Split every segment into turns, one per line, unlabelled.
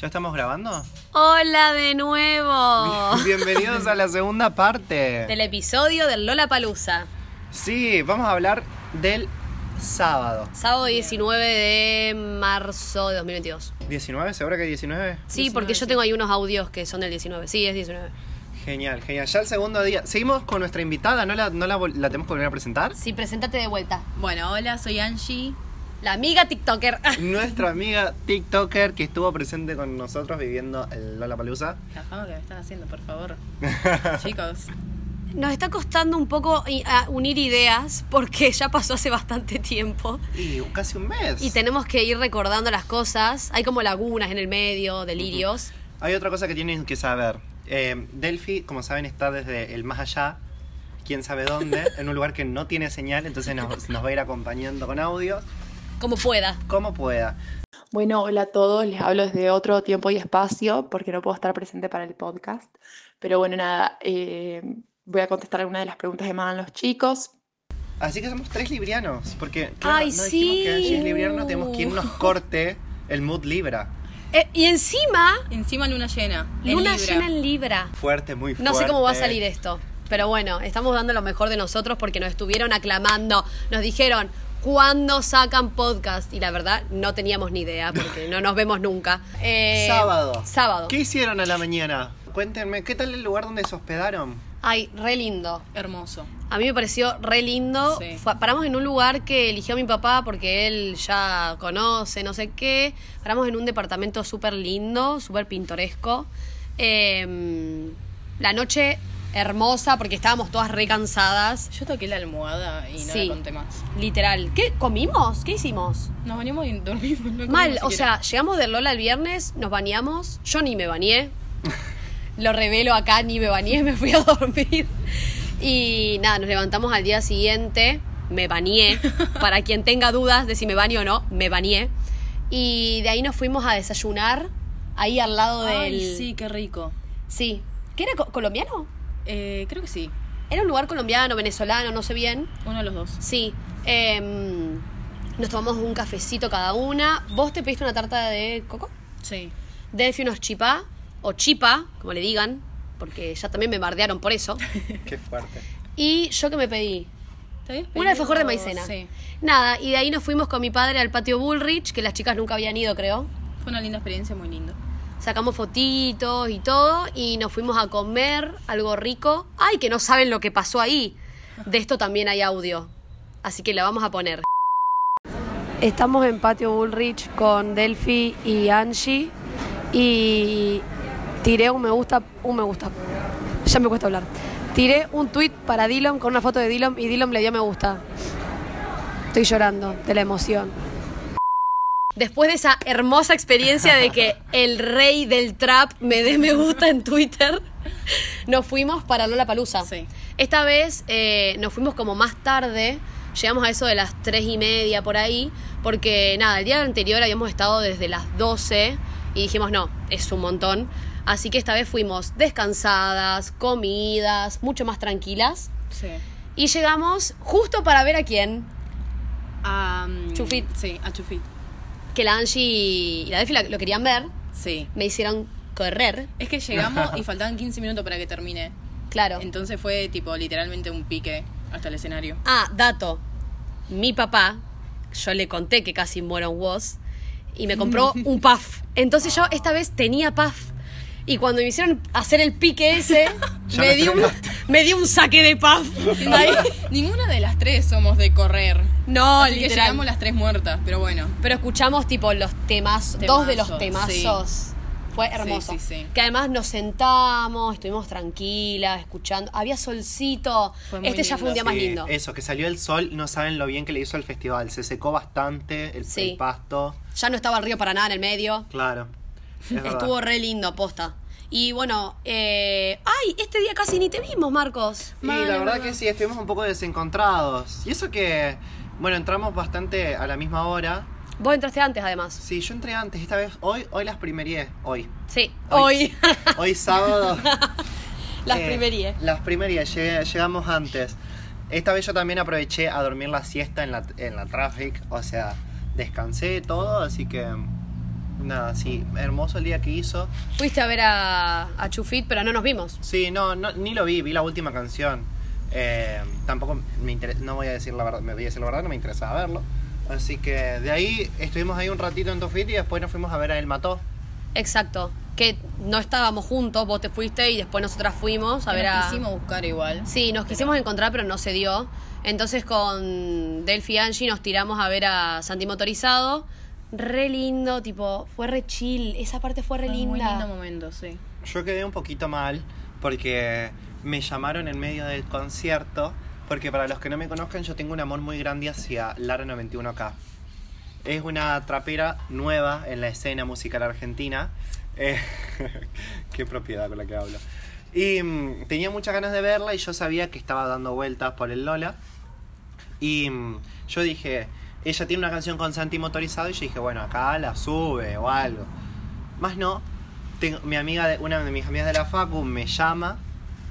¿Ya estamos grabando?
Hola de nuevo.
Bienvenidos a la segunda parte.
Oh. Del episodio del Lola Palusa.
Sí, vamos a hablar del sábado.
Sábado 19 de marzo de 2022.
¿19? ¿Seguro que 19?
Sí, porque yo tengo ahí unos audios que son del 19. Sí, es 19.
Genial, genial. Ya el segundo día. Seguimos con nuestra invitada, ¿no la, no la, vol- la tenemos que volver a presentar?
Sí, preséntate de vuelta.
Bueno, hola, soy Angie.
La amiga TikToker.
Nuestra amiga TikToker que estuvo presente con nosotros viviendo el Lola Palusa.
La fama que me están haciendo, por favor. Chicos.
Nos está costando un poco i- a unir ideas porque ya pasó hace bastante tiempo
Y casi un mes.
y tenemos que ir recordando las cosas. Hay como lagunas en el medio, delirios.
Hay otra cosa que tienen que saber. Eh, Delphi, como saben, está desde el más allá, quién sabe dónde, en un lugar que no tiene señal, entonces nos, nos va a ir acompañando con audio,
Como pueda.
como pueda.
Bueno, hola a todos, les hablo desde otro tiempo y espacio porque no puedo estar presente para el podcast. Pero bueno, nada, eh, voy a contestar algunas de las preguntas que me hagan los chicos.
Así que somos tres librianos, porque claro,
Ay,
no dijimos que Angie es
sí.
libriano, tenemos quien nos corte el mood libra.
Eh, y encima,
Encima luna llena. en
luna
Libra.
llena en Libra.
Fuerte, muy fuerte.
No sé cómo va a salir esto, pero bueno, estamos dando lo mejor de nosotros porque nos estuvieron aclamando, nos dijeron cuándo sacan podcast y la verdad no teníamos ni idea porque no nos vemos nunca. Eh,
Sábado.
Sábado.
¿Qué hicieron a la mañana? Cuéntenme, ¿qué tal el lugar donde se hospedaron?
Ay, re lindo.
Hermoso.
A mí me pareció re lindo.
Sí.
Fue- paramos en un lugar que eligió mi papá porque él ya conoce, no sé qué. Paramos en un departamento súper lindo, súper pintoresco. Eh, la noche hermosa porque estábamos todas re cansadas.
Yo toqué la almohada y no
Sí.
la conté más.
Literal. ¿Qué? ¿Comimos? ¿Qué hicimos?
Nos bañamos y dormimos. no comimos
Mal, o
siquiera.
sea, llegamos de Lola el viernes, nos bañamos, yo ni me bañé. Lo revelo acá, ni me bañé, me fui a dormir. Y nada, nos levantamos al día siguiente, me bañé. Para quien tenga dudas de si me baño o no, me bañé. Y de ahí nos fuimos a desayunar, ahí al lado del...
Ay, sí, qué rico.
Sí. ¿Qué era? co- ¿Colombiano?
Eh, creo que sí.
Era un lugar colombiano, venezolano, no sé bien.
Uno de los dos.
Sí. em, nos tomamos un cafecito cada una. ¿Vos te pediste una tarta de coco?
Sí.
Delphi unos chipá, o chipa, como le digan, porque ya también me bardearon por eso.
Qué fuerte.
Y yo que me pedí
¿Te habías
un alfajor de
pedido-
maicena.
Sí.
Nada, y de ahí nos fuimos con mi padre al patio Bullrich, que las chicas nunca habían ido, creo.
Fue una linda experiencia, muy lindo.
Sacamos fotitos y todo, y nos fuimos a comer algo rico. Ay, que no saben lo que pasó ahí. De esto también hay audio, así que la vamos a poner. Estamos en Patio Bullrich con Delphi y Angie y tiré un me gusta, un me gusta. Ya me cuesta hablar. Tiré un tweet para Dylan con una foto de Dylan y Dylan le dio me gusta. Estoy llorando de la emoción. Después de esa hermosa experiencia de que el rey del trap me dé me gusta en Twitter, nos fuimos para Lola Palusa.
Sí.
Esta vez eh, nos fuimos como más tarde, llegamos a eso de las 3 y media por ahí, porque nada, el día anterior habíamos estado desde las 12 y dijimos, no, es un montón. Así que esta vez fuimos descansadas, comidas, mucho más tranquilas.
Sí.
Y llegamos justo para ver a quién,
A, mm,
Chufit.
Sí, a Chufit.
que la Angie y la Defi la- lo querían ver,
Sí.
me hicieron correr,
Es que llegamos y faltaban 15 minutos para que termine.
claro.
Entonces fue tipo literalmente un pique hasta el escenario.
Ah, dato. Mi papá, yo le conté que casi muero en Woz y me compró un puff. Entonces yo esta vez tenía puff. Y cuando me hicieron hacer el pique ese,
Ya lo
me, dio un,
estrenaste.
me dio un saque de puff. Ahí.
Ninguna de las tres somos de correr.
No,
Así que
literal.
llegamos las tres muertas, pero bueno.
Pero escuchamos tipo los temas, dos de los
Temazos, sí.
temazos. Fue hermoso.
sí, sí.
Que además nos sentamos, estuvimos tranquilas, escuchando. Había solcito.
Fue muy
este ya fue un
lindo,
día más
Sí,
lindo.
Eso, que salió el sol, no saben lo bien que le hizo al festival. Se secó bastante el,
Sí.
el pasto.
Ya no estaba el río para nada en el medio.
Claro. Es verdad.
Estuvo re lindo, posta. Y bueno, eh... ay, este día casi ni te vimos, Marcos.
Y
Mal,
la
es
verdad
verdad.
que sí, estuvimos un poco desencontrados. Y eso que, bueno, entramos bastante a la misma hora.
Vos entraste antes, además.
Sí, yo entré antes, esta vez hoy, hoy las primerié, hoy.
Sí,
Hoy.
hoy.
Hoy sábado.
Las
eh,
primerías.
Las primerías, llegué- llegamos antes. Esta vez yo también aproveché a dormir la siesta en la, en la traffic, o sea, descansé todo, así que Nada, sí, hermoso el día que hizo.
Fuiste a ver a, a Chufit, pero no nos vimos.
Sí, no, no, ni lo vi, vi la última canción. Eh, tampoco me interesa, no voy a decir la verdad, me voy a decir la verdad, no me interesaba verlo. Así que de ahí estuvimos ahí un ratito en Tofit y después nos fuimos a ver a El Mató.
Exacto. Que no estábamos juntos, vos te fuiste y después nosotras fuimos a ver a.
Nos quisimos buscar igual.
Sí, nos quisimos encontrar, pero no se dio. Entonces con Delphi y Angie nos tiramos a ver a Santi Motorizado. Re lindo, tipo, fue re chill. Esa parte fue re
Fue un Muy
linda.
lindo momento, sí.
Yo quedé un poquito mal porque me llamaron en medio del concierto. Porque para los que no me conozcan, yo tengo un amor muy grande hacia Lara 91K. Es una trapera nueva en la escena musical argentina. Eh, qué propiedad con la que hablo. Y mm, tenía muchas ganas de verla y yo sabía que estaba dando vueltas por el Lola. Y mm, yo dije, ella tiene una canción con Santi motorizado y yo dije, bueno, acá la sube o algo. Más no, tengo- mi amiga de, una de mis amigas de la Facu me llama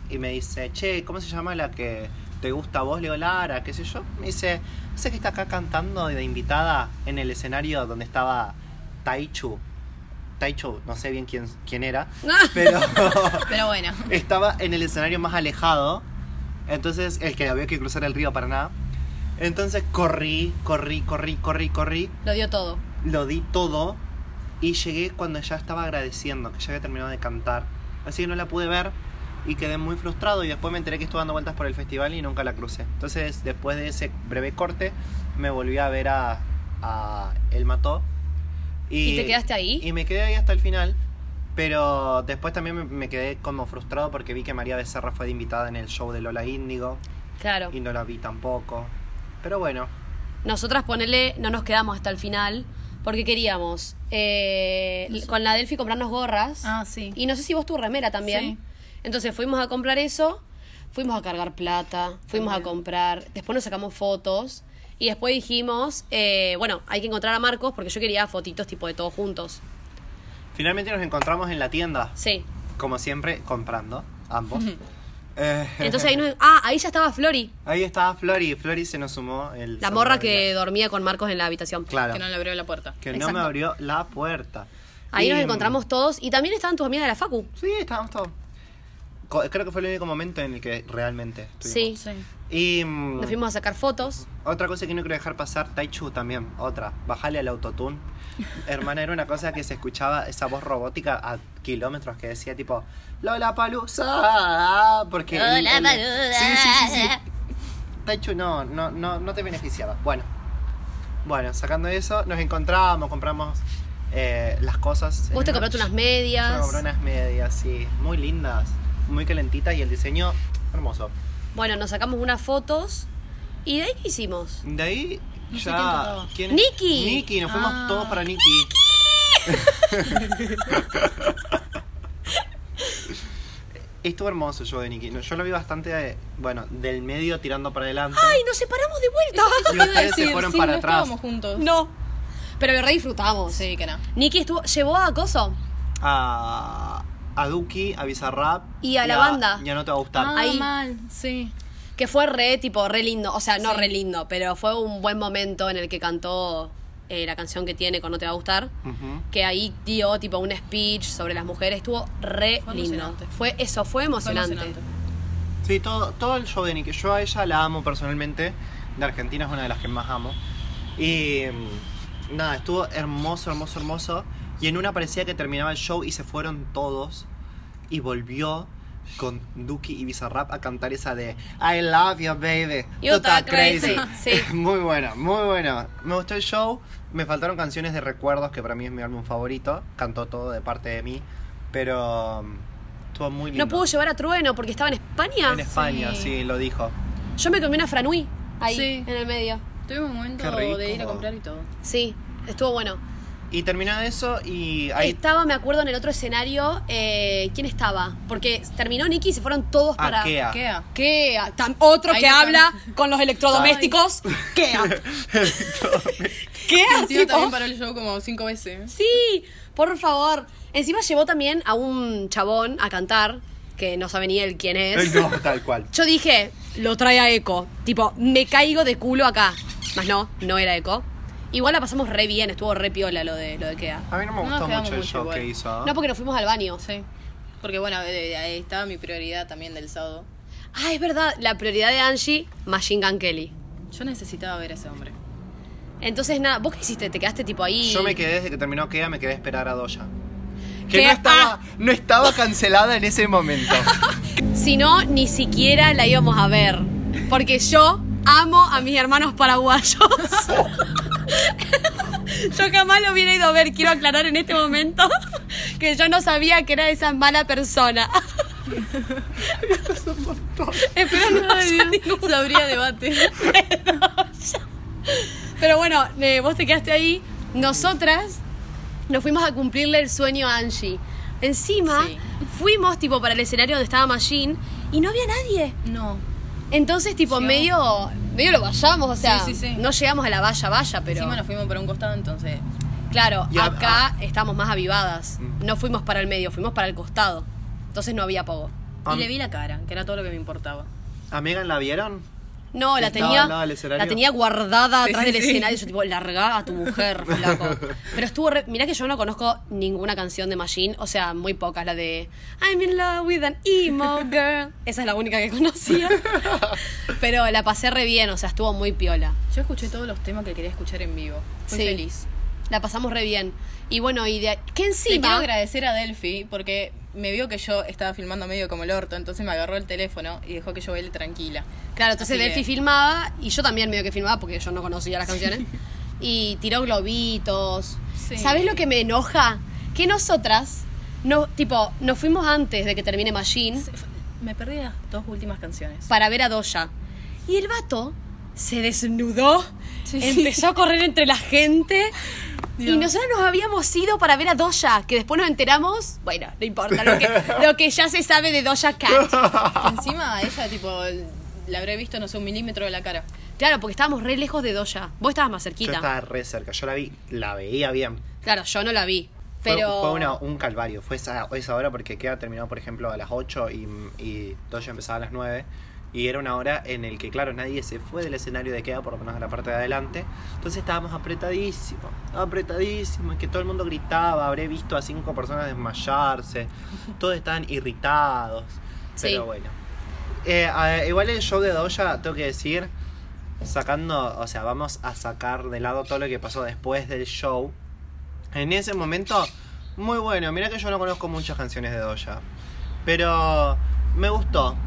y me dice, che, ¿cómo se llama la que te gusta a vos, Leo Lara? ¿Qué sé yo? Me dice, ¿no sé que está acá cantando de invitada en el escenario donde estaba Taichu? Taichu, no sé bien quién, quién era, pero
Pero bueno.
estaba en el escenario más alejado. Entonces, el que había que cruzar el río para nada. Entonces corrí, corrí, corrí, corrí, corrí.
Lo dio todo.
Lo di todo. Y llegué cuando ya estaba agradeciendo, que ya había terminado de cantar. Así que no la pude ver y quedé muy frustrado. Y después me enteré que estuve dando vueltas por el festival y nunca la crucé. Entonces, después de ese breve corte, me volví a ver a, a El Mató.
¿Y te quedaste ahí?
Y me quedé ahí hasta el final. Pero después también me, me quedé como frustrado porque vi que María Becerra fue de invitada en el show de Lola Índigo
Claro.
y no la vi tampoco. Pero bueno,
Nosotras, ponele, no nos quedamos hasta el final porque queríamos eh, con la Delphi comprarnos gorras.
Ah, sí.
Y no sé si vos tu remera también.
Sí.
Entonces fuimos a comprar eso, fuimos a cargar plata, fuimos a
También.
comprar, después nos sacamos fotos y después dijimos, eh, bueno, hay que encontrar a Marcos porque yo quería fotitos tipo de todos juntos.
finalmente nos encontramos en la tienda.
Sí.
como siempre, comprando, ambos. Eh,
Entonces ahí nos... Ah, ahí ya estaba Flori,
ahí estaba Flori, Flori se nos sumó el...
la morra
sábado
que
de la-
dormía con Marcos en la habitación.
Claro,
Que no le abrió la puerta.
me
Exacto.
abrió la puerta.
Ahí
Y,
nos
mm,
encontramos todos y también estaban tus amigas de la Facu.
Sí, estábamos todos. Co- Creo que fue el único momento en el que realmente estuvimos.
Sí.
Sí.
Y mm,
Nos fuimos a sacar fotos.
otra cosa que no quiero dejar pasar, Taichu también, otra. Bajale al autotune. Hermana, era una cosa que se escuchaba esa voz robótica a kilómetros que decía tipo, Lola Palusa. Porque... el-
Lola
el-
Palusa.
Sí, sí, sí, sí. Taichu no, no, no, no te beneficiaba. Bueno, bueno, sacando eso, nos encontrábamos, compramos eh, las cosas.
Vos te compraste unas medias.
medias. unas medias, sí, muy lindas, muy calentitas y el diseño hermoso.
Bueno, nos sacamos unas fotos. ¿Y de ahí qué hicimos?
De ahí
No sé quién
ya.
tocaba.
¿quién
¡Nicky!
Nicky, nos fuimos
Ah.
todos para Nicky. Estuvo hermoso el show de Nicky. No, Yo lo vi bastante, eh, bueno, del medio tirando para adelante.
¡Ay, nos separamos de vuelta!
y
Iba a
ustedes se
decir,
fueron
sí,
para
no
atrás.
Estábamos juntos.
No. Pero lo re disfrutamos.
Sí, que no.
Nicky estuvo, llevó a Coso.
a, a Duki, a Bizarrap.
Y a la banda.
Ya no te va a gustar.
Ah, Ahí.
mal. Sí.
Que fue re, tipo, re lindo. O sea, no
Sí.
re lindo, pero fue un buen momento en el que cantó eh, la canción que tiene con No Te Va a Gustar.
Ujú.
Que ahí dio, tipo, un speech sobre las mujeres. Estuvo re
Fue
lindo.
emocionante.
Fue eso, fue
Fue
emocionante.
emocionante.
Sí, todo, todo el show de Nicki. Yo a ella la amo personalmente. De Argentina es una de las que más amo. Y mm, nada, estuvo hermoso, hermoso, hermoso. Y en una parecía que terminaba el show y se fueron todos. Y volvió con Duki y Bizarrap a cantar esa de I love you, baby.
You
Tú estás
tá crazy. Sí.
Muy buena, muy buena. Me gustó el show. Me faltaron canciones de recuerdos, que para mí es mi álbum favorito. Cantó todo de parte de mí. Pero mm, estuvo muy lindo.
No pudo llevar a Trueno porque estaba en España.
En España, sí.
Sí.
lo dijo.
Yo me comí una franui ahí,
Sí.
en el medio.
Tuvimos un
Qué
momento
rico.
de ir a comprar y todo.
Sí, estuvo bueno.
Y terminó eso y ahí
Estaba, me acuerdo, en el otro escenario, eh, ¿quién estaba? Porque terminó Nicky y se fueron
Ah,
todos para...
Akea.
Queda.
¿Qué? Tam- otro
Ahí
que
no
habla con los electrodomésticos. ah, ¿Qué? ¿Qué?
Encima
tipo?
también paró el show como cinco veces.
oh. Sí, por favor. Encima llevó también a un chabón a cantar, que no sabe ni él quién es.
No, tal cual.
Yo dije, lo trae a Eco. Tipo, me caigo de culo acá. Más no, no era Eco. Igual la pasamos re bien, estuvo re piola lo de, lo de Kea.
A mí no me
No,
gustó
quedamos
mucho el
mucho
show
igual.
que hizo. ¿ah?
No, porque nos fuimos al baño.
Sí. Porque bueno, eh, eh, ahí estaba mi prioridad también del sábado.
Ah, es verdad, la prioridad de Angie, Machine Gun Kelly.
Yo necesitaba ver a ese hombre.
Entonces, nada, ¿vos qué hiciste? ¿Te quedaste tipo ahí?
Yo me quedé desde que terminó Kea, me quedé a esperar a Doya. Que
Kea-
no estaba,
ah.
no estaba cancelada en ese momento.
Si no, ni siquiera la íbamos a ver. Porque yo amo a mis hermanos paraguayos. yo jamás lo hubiera ido a ver, quiero aclarar en este momento que yo no sabía que era esa mala persona. Espero no haya ningún-
No habría debate.
Pero bueno, eh, vos te quedaste ahí. Nosotras nos fuimos a cumplirle el sueño a Angie. Encima,
Sí.
fuimos tipo para el escenario donde estaba Machine y no había nadie.
No.
Entonces, tipo,
Sí.
medio, medio lo vallamos, o sea,
Sí, sí, sí.
no llegamos a la valla, valla, pero.
Encima nos fuimos para un costado, entonces.
Claro,
Y a-
acá estamos más avivadas.
Mm.
No fuimos para el medio, fuimos para el costado. Entonces no había pogo.
Am-
Y le vi la cara, que era todo lo que me importaba.
¿A Megan la vieron?
No, la
Estaba
tenía,
al lado del escenario.
la tenía guardada
Sí,
atrás
sí,
del
sí.
escenario. Yo, tipo, larga a tu mujer, flaco. Pero estuvo re... Mirá que yo no conozco ninguna canción de Machine. O sea, muy pocas. La de I'm in love with an emo girl. Esa es la única que conocía. Pero la pasé re bien. O sea, estuvo muy piola.
Yo escuché todos los temas que quería escuchar en vivo. Fui
Sí.
feliz.
La pasamos re bien. Y bueno, y de... ¿Qué
Le quiero
encima?
agradecer a Delphi porque me vio que yo estaba filmando medio como el orto, entonces me agarró el teléfono y dejó que yo baile tranquila.
Claro, entonces
Así que-
Delphi filmaba y yo también medio que filmaba porque yo no conocía las canciones. Y tiró globitos.
Sí.
¿Sabes lo que me enoja? Que nosotras, no, tipo, nos fuimos antes de que termine Machine
Se- fue- Me perdí las dos últimas canciones.
para ver a Doya. Y el vato se desnudó,
Sí.
empezó a correr entre la gente. Y
Dios.
nosotros nos habíamos ido para ver a Doya, que después nos enteramos, bueno, no importa, lo que, lo que ya se sabe de Doya Cat.
Que Encima ella, tipo, la habré visto, no sé, un milímetro de la cara.
Claro, porque estábamos re lejos de Doya. Vos estabas más
Yo
cerquita.
estaba re cerca, yo la vi, la veía bien.
Claro, yo no la vi.
Fue-
Pero.
Fue, una- un calvario, fue esa, esa hora porque Kea terminó, por ejemplo, a las 8 y, y Doja empezaba a las 9. Y era una hora en el que, claro, nadie se fue del escenario de Kea, por lo menos de la parte de adelante. Entonces estábamos apretadísimos, apretadísimos, que todo el mundo gritaba, habré visto a cinco personas desmayarse, todos estaban irritados.
Sí.
Pero bueno. Eh, a- igual el show de Doja, tengo que decir, sacando, o sea, vamos a sacar de lado todo lo que pasó después del show. En ese momento, muy bueno. Mirá que yo no conozco muchas canciones de Doja. Pero me gustó.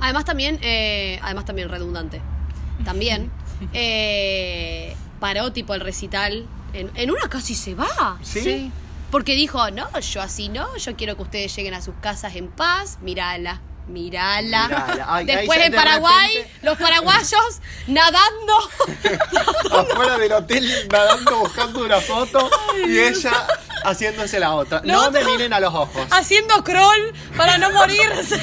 Además también, eh, además también redundante. También. eh, paró tipo el recital. En, en una casi se va.
¿Sí?
Porque dijo, no, yo así no, yo quiero que ustedes lleguen a sus casas en paz, mirala, mirala.
Mirala. Ay,
Después
ay, ya
en
de
Paraguay,
repente-
los paraguayos nadando.
Afuera del hotel nadando buscando una foto y ella haciéndose la otra. No,
No, Ah,
me
no.
miren a los ojos.
haciendo crawl para no morirse.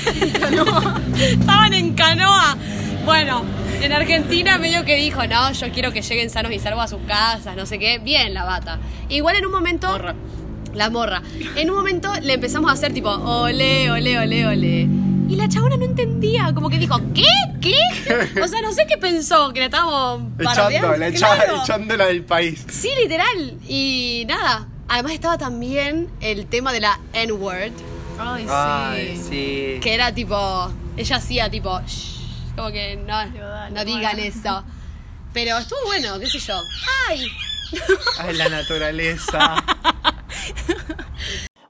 Estaban en canoa. Bueno, en Argentina medio que dijo, no, yo quiero que lleguen sanos y salvos a sus casas, no sé qué. Bien la bata. Igual en un momento...
Morra.
La morra. En un momento le empezamos a hacer tipo, ole, ole, ole, ole. Y la chabona no entendía, como que dijo, ¿qué? ¿Qué? O sea, no sé qué pensó, que la estábamos bardeando.
Echándola, echa-
Claro.
echándola del país.
Sí, literal. Y nada. Además estaba también el tema de la N-word,
Ay, sí.
Ay, sí.
que era tipo. Ella hacía tipo. "Shh", como que no,
Digo, dale,
no digan
bueno.
eso. Pero estuvo bueno, qué sé yo. ¡Ay!
Ay, la naturaleza.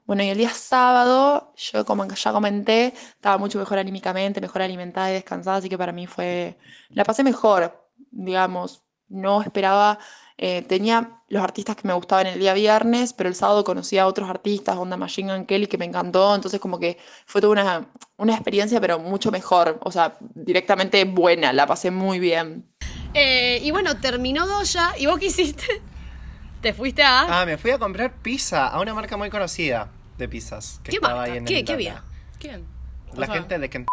Bueno, y el día sábado, yo como ya comenté, estaba mucho mejor anímicamente, mejor alimentada y descansada, así que para mí fue, la pasé mejor, digamos. No esperaba, eh, tenía los artistas que me gustaban el día viernes, pero el sábado conocí a otros artistas, onda Machine Gun Kelly, que me encantó, entonces como que fue toda una, una experiencia, pero mucho mejor, o sea, directamente buena, la pasé muy bien.
Eh, y bueno, terminó Doya. ¿Y vos qué hiciste? Te fuiste a.
Ah, me fui a comprar pizza a una marca muy conocida de pizzas. Que
¿Qué
estaba
marca?
ahí en
¿Qué-
el
qué
Dana.
había?
¿Quién?
La
O sea,
gente de Kentucky.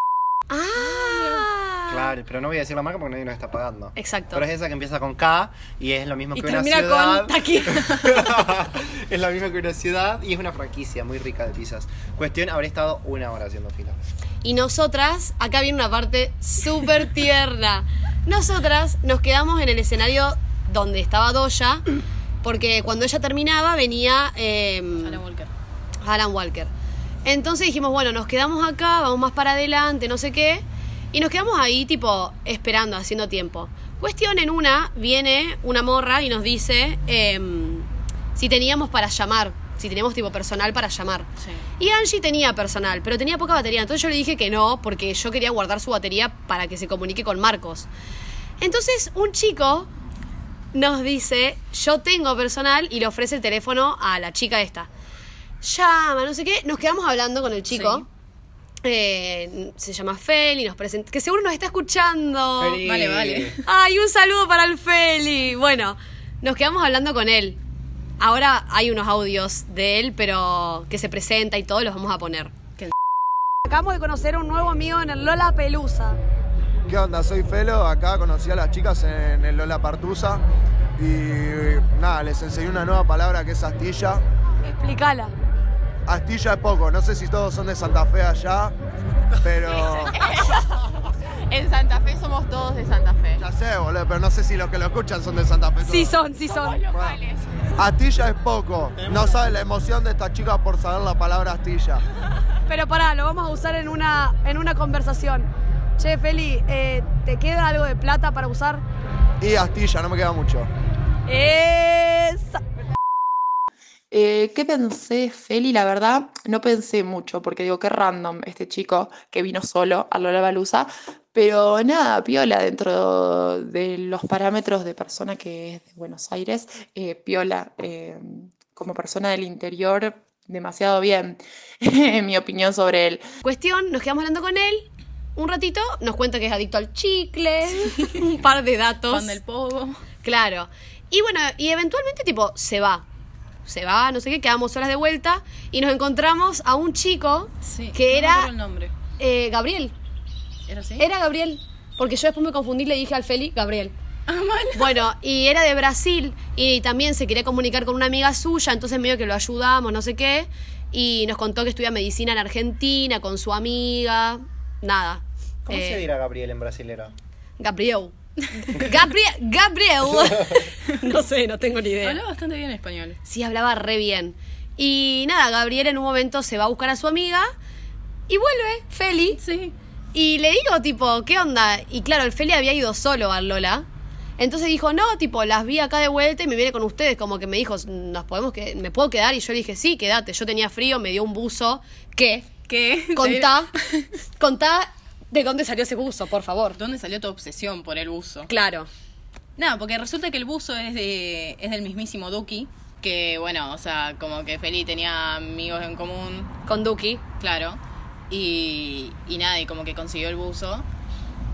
¡Ah!
Claro, pero no voy a decir la marca porque nadie nos está pagando.
Exacto.
Pero es esa que empieza con K y es lo mismo
Y
que una
termina
ciudad.
con. Aquí.
es la misma que una ciudad y es una franquicia muy rica de pizzas. Cuestión, habré estado una hora haciendo fila.
Y nosotras, acá viene una parte súper tierna. Nosotras nos quedamos en el escenario donde estaba Doya, porque cuando ella terminaba venía eh,
Alan Walker.
Alan Walker. Entonces dijimos, bueno, nos quedamos acá, vamos más para adelante, no sé qué. Y nos quedamos ahí, tipo, esperando, haciendo tiempo. Cuestión en una, viene una morra y nos dice em, si teníamos para llamar, si teníamos tipo personal para llamar.
Sí.
Y Angie tenía personal, pero tenía poca batería. Entonces yo le dije que no, porque yo quería guardar su batería para que se comunique con Marcos. Entonces un chico nos dice, yo tengo personal y le ofrece el teléfono a la chica esta. Llama, no sé qué. Nos quedamos hablando con el chico.
Sí.
Eh, se llama Feli, nos presenta, que seguro nos está escuchando.
Feli.
vale, vale.
Ay, un saludo para el Feli. Bueno, nos quedamos hablando con él. Ahora hay unos audios de él, pero que se presenta y todo, los vamos a poner. Acabamos de conocer a un nuevo amigo en el Lola Pelusa.
¿Qué onda? Soy Felo, acá conocí a las chicas en el Lola Partusa y nada, les enseñé una nueva palabra que es astilla.
Explicala.
Astilla es poco, no sé si todos son de Santa Fe allá, pero
En Santa Fe somos todos de Santa Fe.
ya sé, boludo, pero no sé si los que lo escuchan son de Santa Fe.
Sí
todos.
son, sí son.
Bueno. Astilla es poco, no sabes la emoción de esta chica por saber la palabra astilla.
Pero pará, lo vamos a usar en una, en una conversación. Che, Feli, eh, ¿te queda algo de plata para usar?
Y astilla, no me queda mucho.
Esa.
Eh, ¿qué pensé, Feli? La verdad, no pensé mucho, porque digo, qué random este chico que vino solo a Lollapalooza, pero nada, piola dentro de los parámetros de persona que es de Buenos Aires, eh, piola eh, como persona del interior, demasiado bien, en mi opinión sobre él.
Cuestión, nos quedamos hablando con él. Un ratito, nos cuenta que es adicto al chicle, un par de datos.
Cuando el pogo.
Claro. Y bueno, y eventualmente tipo se va. Se va, no sé qué, quedamos solas de vuelta y nos encontramos a un chico
Sí. no me
que
acuerdo
era
el nombre.
eh, Gabriel.
¿Era así?
Era Gabriel. Porque yo después me confundí y le dije al Feli, Gabriel.
Ah, mal.
Bueno, y era de Brasil y también se quería comunicar con una amiga suya, entonces medio que lo ayudamos, no sé qué. Y nos contó que estudia medicina en Argentina con su amiga. Nada.
¿Cómo
Eh,
se dirá Gabriel en brasilero?
Gabriel. Gabriel. Gabriel. no sé, no tengo ni idea.
Hablaba bastante bien español.
Sí, hablaba re bien. Y nada, Gabriel en un momento se va a buscar a su amiga y vuelve, Feli.
Sí.
Y le digo, tipo, ¿qué onda? Y claro, el Feli había ido solo al Lola. Entonces dijo, no, tipo, las vi acá de vuelta y me viene con ustedes. Como que me dijo, ¿nos podemos que ¿me puedo quedar? Y yo le dije, sí, quédate. Yo tenía frío, me dio un buzo. ¿Qué?
¿Qué?
Contá, contá de dónde salió ese buzo, por favor.
¿Dónde salió tu obsesión por el buzo?
Claro.
Nada, porque resulta que el buzo es de es del mismísimo Duki, que bueno, o sea, como que Feli tenía amigos en común,
Con Duki.
claro, y, y nada, y como que consiguió el buzo.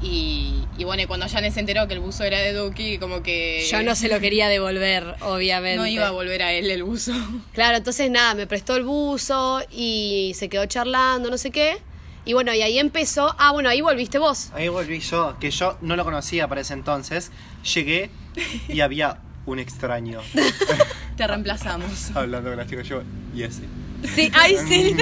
Y, y bueno, y cuando Janet se enteró que el buzo era de Duki, como que
Yo no se lo quería devolver, obviamente.
Eh, no iba a volver a él el buzo.
Claro, entonces nada, me prestó el buzo y se quedó charlando, no sé qué. Y bueno, y ahí empezó. Ah, bueno, ahí volviste vos.
Ahí volví yo, que yo no lo conocía para ese entonces. Llegué y había un extraño
Te reemplazamos.
hablando con las chicas. Yo, y ese.
Sí, ahí sí.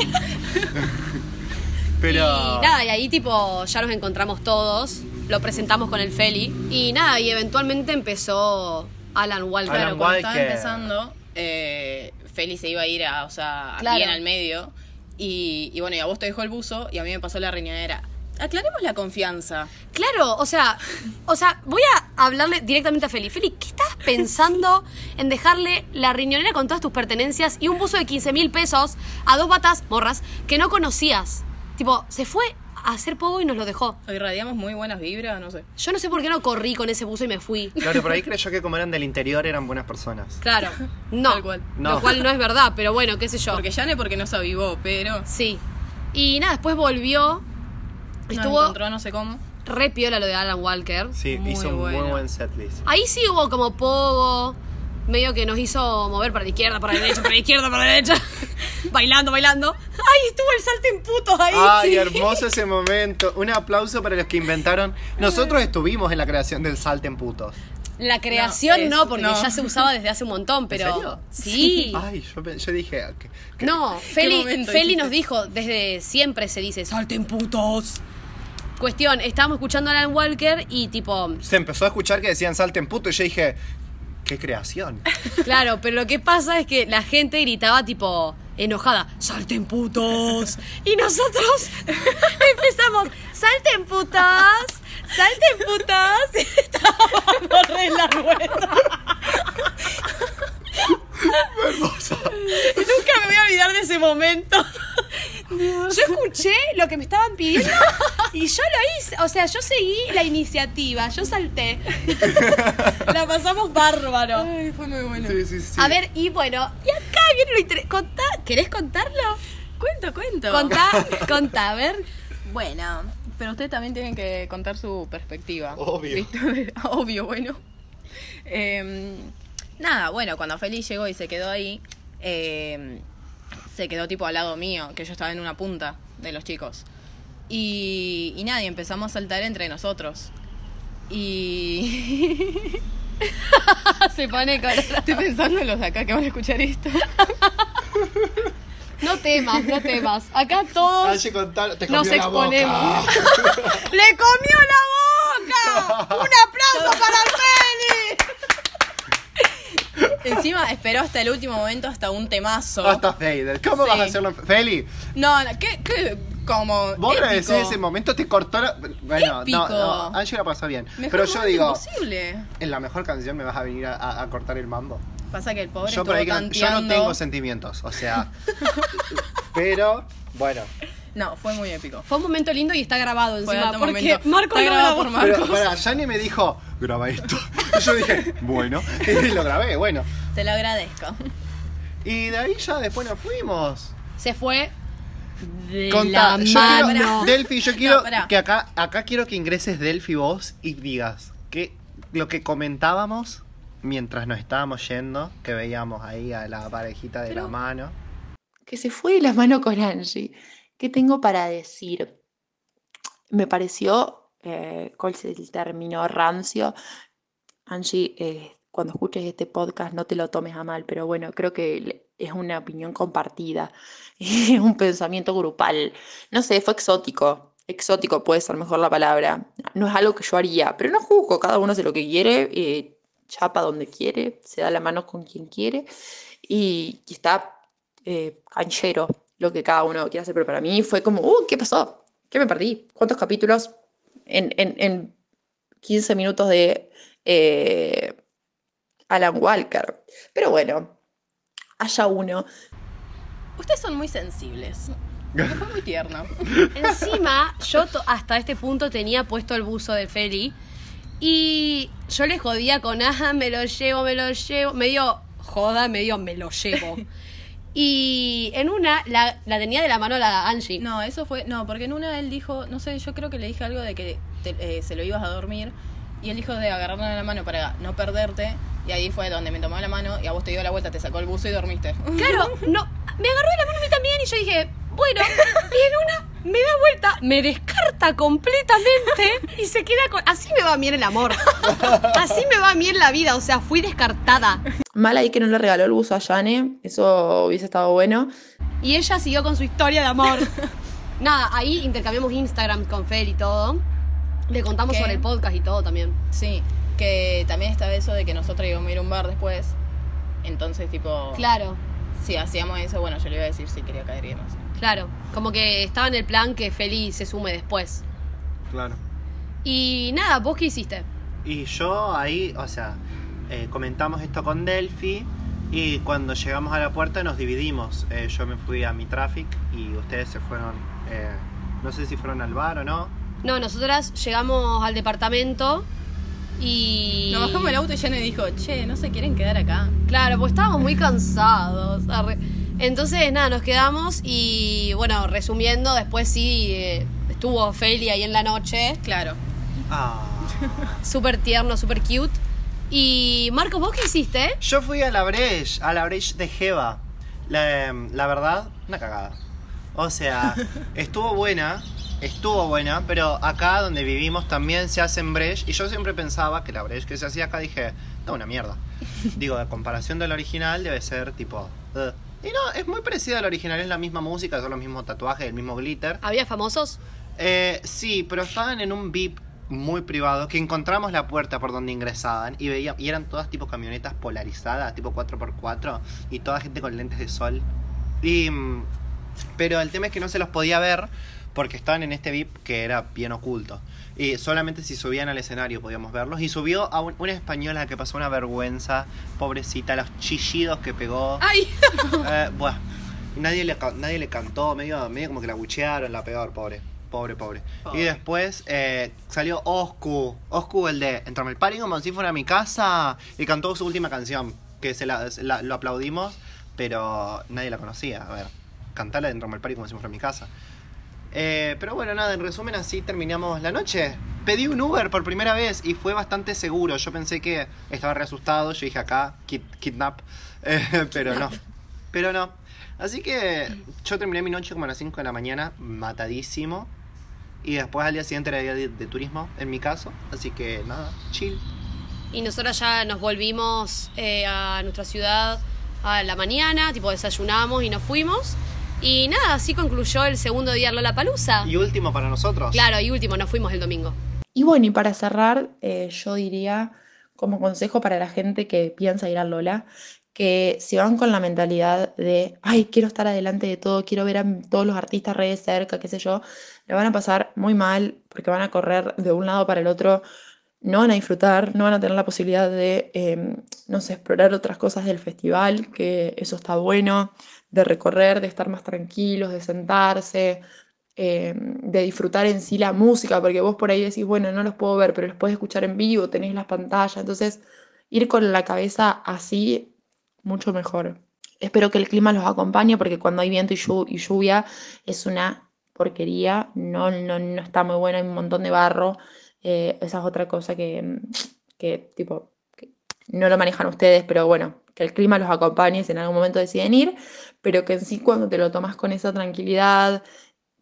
Pero.
Y nada, y ahí tipo ya nos encontramos todos, lo presentamos con el Feli. Y nada, y eventualmente empezó Alan Walker.
Alan
Claro, cuando
Walker.
estaba empezando, eh, Feli se iba a ir a, o sea,
Claro.
bien al medio. Y, y bueno, y a vos te dejó el buzo y a mí me pasó la riñadera. Aclaremos la confianza.
Claro, o sea, o sea, voy a hablarle directamente a Feli. Feli, ¿qué estás pensando en dejarle la riñonera con todas tus pertenencias y un buzo de 15 mil pesos a dos batas morras que no conocías? Tipo, se fue a hacer pogo y nos lo dejó.
Hoy radiamos muy buenas vibras, no sé.
Yo no sé por qué no corrí con ese buzo y me fui.
Claro, por ahí creyó que como eran del interior eran buenas personas.
Claro, no.
Tal cual.
No.
Lo cual no es verdad, pero bueno, qué sé yo.
Porque Yane porque no se avivó, pero
Sí. Y nada, después volvió.
no
Estuvo
encontró no sé cómo.
re piola lo de Alan Walker.
Sí,
Muy
hizo un muy
bueno.
buen setlist.
Ahí sí hubo como pogo, medio que nos hizo mover para la izquierda, para la derecha, para la izquierda, para la derecha. bailando, bailando. Ay, estuvo el salto en putos ahí.
Ay,
sí.
hermoso ese momento. Un aplauso para los que inventaron. Nosotros estuvimos en la creación del Salten Putos.
La creación
No,
no,
es-
porque
no.
ya se usaba desde hace un montón, pero.
serio?
Sí.
Ay, yo, pe- yo dije. ah, que- que-
No, Feli,
momento
Feli
dijiste?
nos dijo, desde siempre se dice, salten putos. Cuestión, estábamos escuchando a Alan Walker y tipo,
Se empezó a escuchar que decían Salten Putos y yo dije. qué creación.
Claro, pero lo que pasa es que la gente gritaba tipo enojada, salten putos. Y nosotros empezamos, salten putas, salten putas. Y Estábamos re en la rueda. Nunca me voy a olvidar de ese momento.
Yo escuché lo que me estaban pidiendo y yo lo hice. O sea, yo seguí la iniciativa, yo salté.
La pasamos bárbaro.
Ay, fue muy bueno.
Sí, sí, sí.
A ver, y bueno, y acá viene lo interesante. ¿Querés contarlo?
Cuento, cuento.
Contá, contá, a ver.
Bueno, pero ustedes también tienen que contar su perspectiva.
Obvio.
¿Viste? Obvio, bueno. Eh, nada, bueno, cuando Feli llegó y se quedó ahí, eh, se quedó tipo al lado mío, que yo estaba en una punta de los chicos. Y, y nada, y empezamos a saltar entre nosotros. Y
Se pone colorado.
estoy pensando en los de acá que van a escuchar esto.
No temas, no temas. Acá todos
Ay, contar, Ah, te
nos
comió la boca.
exponemos.
¡Le comió la boca! ¡Un aplauso para Feli!
Encima esperó hasta el último momento, hasta un temazo.
Hasta Fader. ¿Cómo
Sí.
vas a hacerlo? Feli,
No, no, ¿qué? qué como
vos
épico.
agradecés ese momento, te cortó la... Bueno,
Épico.
no, no, Angie la pasó bien.
Mejor
Pero yo
momento
digo,
imposible.
en la mejor canción me vas a venir a, a- a cortar el mambo.
Pasa que el pobre
Yo por
estuvo
ahí que no, yo no
tanteando.
tengo sentimientos, o sea... pero, bueno.
No, fue muy épico.
Fue un momento lindo y está grabado
Fue
encima.
alto
Porque
momento.
Marco
Está
no
grabado
grabó.
por Marco.
Pero, para, Yanni me dijo, graba esto. Y yo dije, bueno. Y lo grabé, bueno.
Te lo agradezco.
Y de ahí ya después nos fuimos.
Se fue de
Contá,
la
yo quiero-
mano.
Delphi, yo quiero
No, pará.
que acá, acá quiero que ingreses Delphi vos y digas que lo que comentábamos mientras nos estábamos yendo, que veíamos ahí a la parejita de la mano.
que se fue de la mano con Angie. ¿Qué tengo para decir? Me pareció, eh, ¿cuál es el término? Rancio. Angie, eh, cuando escuches este podcast no te lo tomes a mal, pero bueno, creo que le- es una opinión compartida, es un pensamiento grupal. No sé, fue exótico. Exótico puede ser mejor la palabra. No es algo que yo haría, pero no juzgo, cada uno hace lo que quiere, eh, chapa donde quiere, se da la mano con quien quiere y, y está eh, canchero lo que cada uno quiere hacer, pero para mí fue como, uh, ¿qué pasó? ¿Qué me perdí? ¿Cuántos capítulos en, en, en 15 minutos de eh, Alan Walker? Pero bueno, haya uno.
Ustedes son muy sensibles. Fue muy tierno.
Encima, yo to- hasta este punto tenía puesto el buzo de Feli. Y yo le jodía con, ah, me lo llevo, me lo llevo. Me dio joda, me dio, me lo llevo. Y en una la, la tenía de la mano la Angie.
No, eso fue. No, porque en una él dijo. No sé, yo creo que le dije algo de que te- eh, se lo ibas a dormir. Y él dijo de agarrarme la mano para no perderte. Y ahí fue donde me tomó la mano. Y a vos te dio la vuelta, te sacó el buzo y dormiste.
Claro, no. Me agarró de la mano a mí también y yo dije, bueno, y en una me da vuelta, me descarta completamente y se queda con. Así me va bien el amor. Así me va bien la vida. O sea, fui descartada.
Mal ahí que no le regaló el buzo a Yane, eso hubiese estado bueno.
Y ella siguió con su historia de amor. Nada, ahí intercambiamos Instagram con Fer y todo. Le contamos
¿Qué?
sobre el podcast y todo también.
Sí. Que también estaba eso de que nosotros íbamos a ir a un bar después. Entonces, tipo.
Claro,
Si hacíamos eso, bueno, yo le iba a decir si quería caer bien. o sea.
claro. Como que estaba en el plan que Feli se sume después.
Claro.
Y nada, ¿vos qué hiciste?
Y yo ahí, o sea, eh, comentamos esto con Delphi y cuando llegamos a la puerta nos dividimos. Eh, yo me fui a mi traffic y ustedes se fueron, eh, no sé si fueron al bar o no.
No, nosotras llegamos al departamento y.
Nos bajamos el auto y ya me dijo, che, no se quieren quedar acá.
Claro, pues estábamos muy cansados. arre. Entonces, nada, nos quedamos y bueno, resumiendo, después sí eh, estuvo Feli ahí en la noche.
Claro.
Ah.
Súper tierno, súper cute. Y Marcos, ¿vos qué hiciste?
Yo fui a la Breche, a la Breche de Jeva. La, em, la verdad, una cagada. O sea, estuvo buena, estuvo buena, pero acá donde vivimos también se hacen Breche. Y yo siempre pensaba que la Breche que se hacía acá, dije, no, una mierda. Digo, a comparación del original, debe ser tipo. "Ugh". Y no, es muy parecida al original, es la misma música, son los mismos tatuajes, el mismo glitter.
¿Había famosos?
Eh, sí, pero estaban en un VIP muy privado que encontramos la puerta por donde ingresaban y veía, y eran todas tipo camionetas polarizadas, tipo 4x4 y toda gente con lentes de sol. Y mm, pero el tema es que no se los podía ver porque estaban en este VIP que era bien oculto. Y solamente si subían al escenario podíamos verlos. Y subió a un- una española que pasó una vergüenza, pobrecita, los chillidos que pegó.
Ah,
Ay.
Eh, bueno, nadie le, ca- nadie le cantó, medio, medio como que la buchearon, la peor, pobre. Pobre, pobre. Y después eh, salió Oscu. Oscu, el de Entrame el party como si fuera mi casa. Y cantó su última canción, que se la, se la- lo aplaudimos, pero nadie la conocía. A ver, cantala de Entrame el party como si fuera mi casa. Eh, pero bueno, nada, en resumen así terminamos la noche. Pedí un Uber por primera vez y fue bastante seguro. Yo pensé que estaba re asustado, yo dije acá, kid- kidnap, Eh, pero no, pero no. Así que yo terminé mi noche como a las 5 de la mañana, matadísimo. Y después al día siguiente era día de, de turismo, en mi caso. Así que nada, chill.
Y nosotros ya nos volvimos eh, a nuestra ciudad a la mañana, tipo desayunamos y nos fuimos. Y nada, así concluyó el segundo día Lola Palusa.
Y último para nosotros.
Claro, y último, nos fuimos el domingo.
Y bueno, y para cerrar, eh, yo diría como consejo para la gente que piensa ir al Lola, que si van con la mentalidad de, ay, quiero estar adelante de todo, quiero ver a m- todos los artistas re de cerca, qué sé yo, le van a pasar muy mal porque van a correr de un lado para el otro, no van a disfrutar, no van a tener la posibilidad de, em, no sé, explorar otras cosas del festival, que eso está bueno, de recorrer, de estar más tranquilos, de sentarse eh, de disfrutar en sí la música, porque vos por ahí decís, bueno, no los puedo ver, pero los podés escuchar en vivo, tenés las pantallas, entonces ir con la cabeza así, mucho mejor. Espero que el clima los acompañe, porque cuando hay viento y, llu- y lluvia es una porquería, no, no, no está muy bueno, hay un montón de barro, eh, esa es otra cosa que, mm, que tipo, que no lo manejan ustedes, pero bueno, que el clima los acompañe si en algún momento deciden ir, pero que en sí cuando te lo tomas con esa tranquilidad,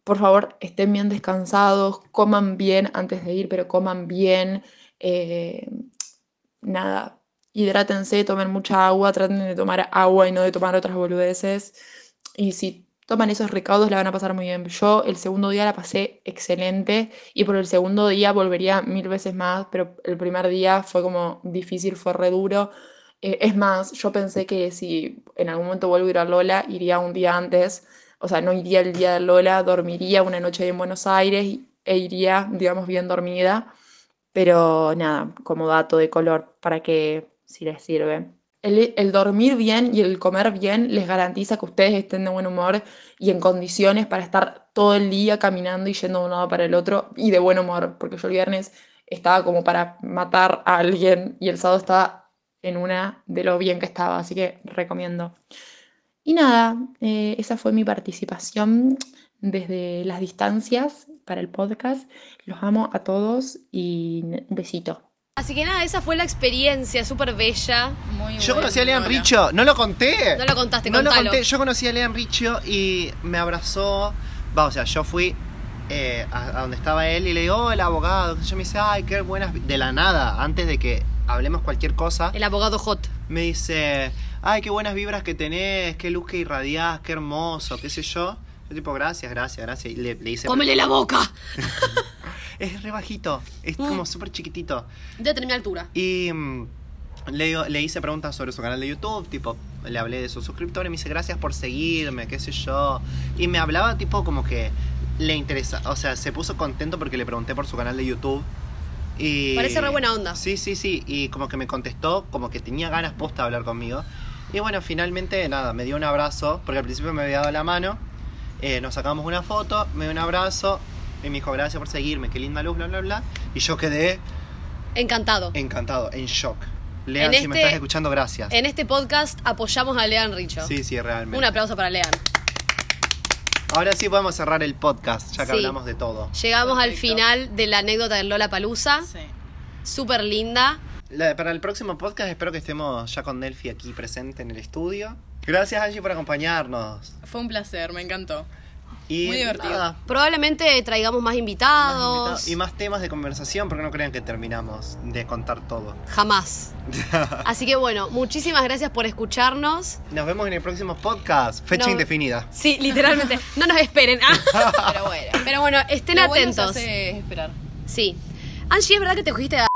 por favor, estén bien descansados, coman bien antes de ir, pero coman bien. eh, nada, hidrátense, tomen mucha agua, traten de tomar agua y no de tomar otras boludeces. Y si toman esos recaudos, la van a pasar muy bien. Yo el segundo día la pasé excelente y por el segundo día volvería mil veces más, pero el primer día fue como difícil, fue re duro. Eh, es más, yo pensé que si en algún momento vuelvo a ir a Lola, iría un día antes. O sea, no iría el día de Lola, dormiría una noche en Buenos Aires y- e iría, digamos, bien dormida. Pero nada, como dato de color para que si les sirve. El, el dormir bien y el comer bien les garantiza que ustedes estén de buen humor y en condiciones para estar todo el día caminando y yendo de un lado para el otro y de buen humor. Porque yo el viernes estaba como para matar a alguien y el sábado estaba en una de lo bien que estaba. Así que recomiendo. Y nada, eh, esa fue mi participación desde las distancias para el podcast. Los amo a todos y un besito.
Así que nada, esa fue la experiencia súper bella.
Muy
Yo
bueno,
conocí a Lean
Lola.
Richo, no lo conté.
No lo contaste,
No lo
contalo.
conté. Yo conocí a Lean Richo y me abrazó. Va, o sea, yo fui eh, a, a donde estaba él y le digo, hola, abogado. Yo me dice, ay, qué buenas. vi-". De la nada, antes de que hablemos cualquier cosa,
El abogado Hot.
me dice, ay, qué buenas vibras que tenés, qué luz que irradiás, qué hermoso, qué sé yo. Yo tipo, gracias, gracias, gracias. Y le, le hice...
¡Cómele la boca!
Es re bajito, es como súper chiquitito.
Ya terminé altura.
Y mm, le, digo- le hice preguntas sobre su canal de YouTube, tipo, le hablé de sus suscriptores, me dice gracias por seguirme, qué sé yo. Y me hablaba tipo como que le interesa, o sea, se puso contento porque le pregunté por su canal de YouTube. Y...
Parece re buena onda.
Sí, sí, sí, y como que me contestó, como que tenía ganas posta de hablar conmigo. Y bueno, finalmente, nada, me dio un abrazo, porque al principio me había dado la mano, eh, nos sacamos una foto, me dio un abrazo, y me dijo gracias por seguirme, qué linda luz, bla, bla, bla. Y yo quedé
Encantado.
Encantado, en shock. Lean,
En
si me
este-
estás escuchando, gracias.
En este podcast apoyamos a Lean Richo.
Sí, sí, realmente.
Un aplauso para Lean.
Ahora sí podemos cerrar el podcast, ya que
Sí.
hablamos de todo.
Llegamos al
Perfecto.
final de la anécdota de Lola Palusa.
Sí.
Súper linda.
La- para el próximo podcast espero que estemos ya con Delphi aquí presente en el estudio. Gracias Angie por acompañarnos.
Fue un placer, me encantó.
Y
Muy divertido.
nada,
Probablemente traigamos más
más
invitados.
invitados y más temas de conversación, porque no crean que terminamos de contar todo.
Jamás. Así que bueno, muchísimas gracias por escucharnos.
Nos vemos en el próximo podcast, fecha
No.
indefinida.
Sí, literalmente. No nos esperen. Ah.
Pero bueno.
Pero bueno, estén
Lo bueno se
atentos.
hace esperar.
Sí. Angie, ¿es verdad que te fuiste a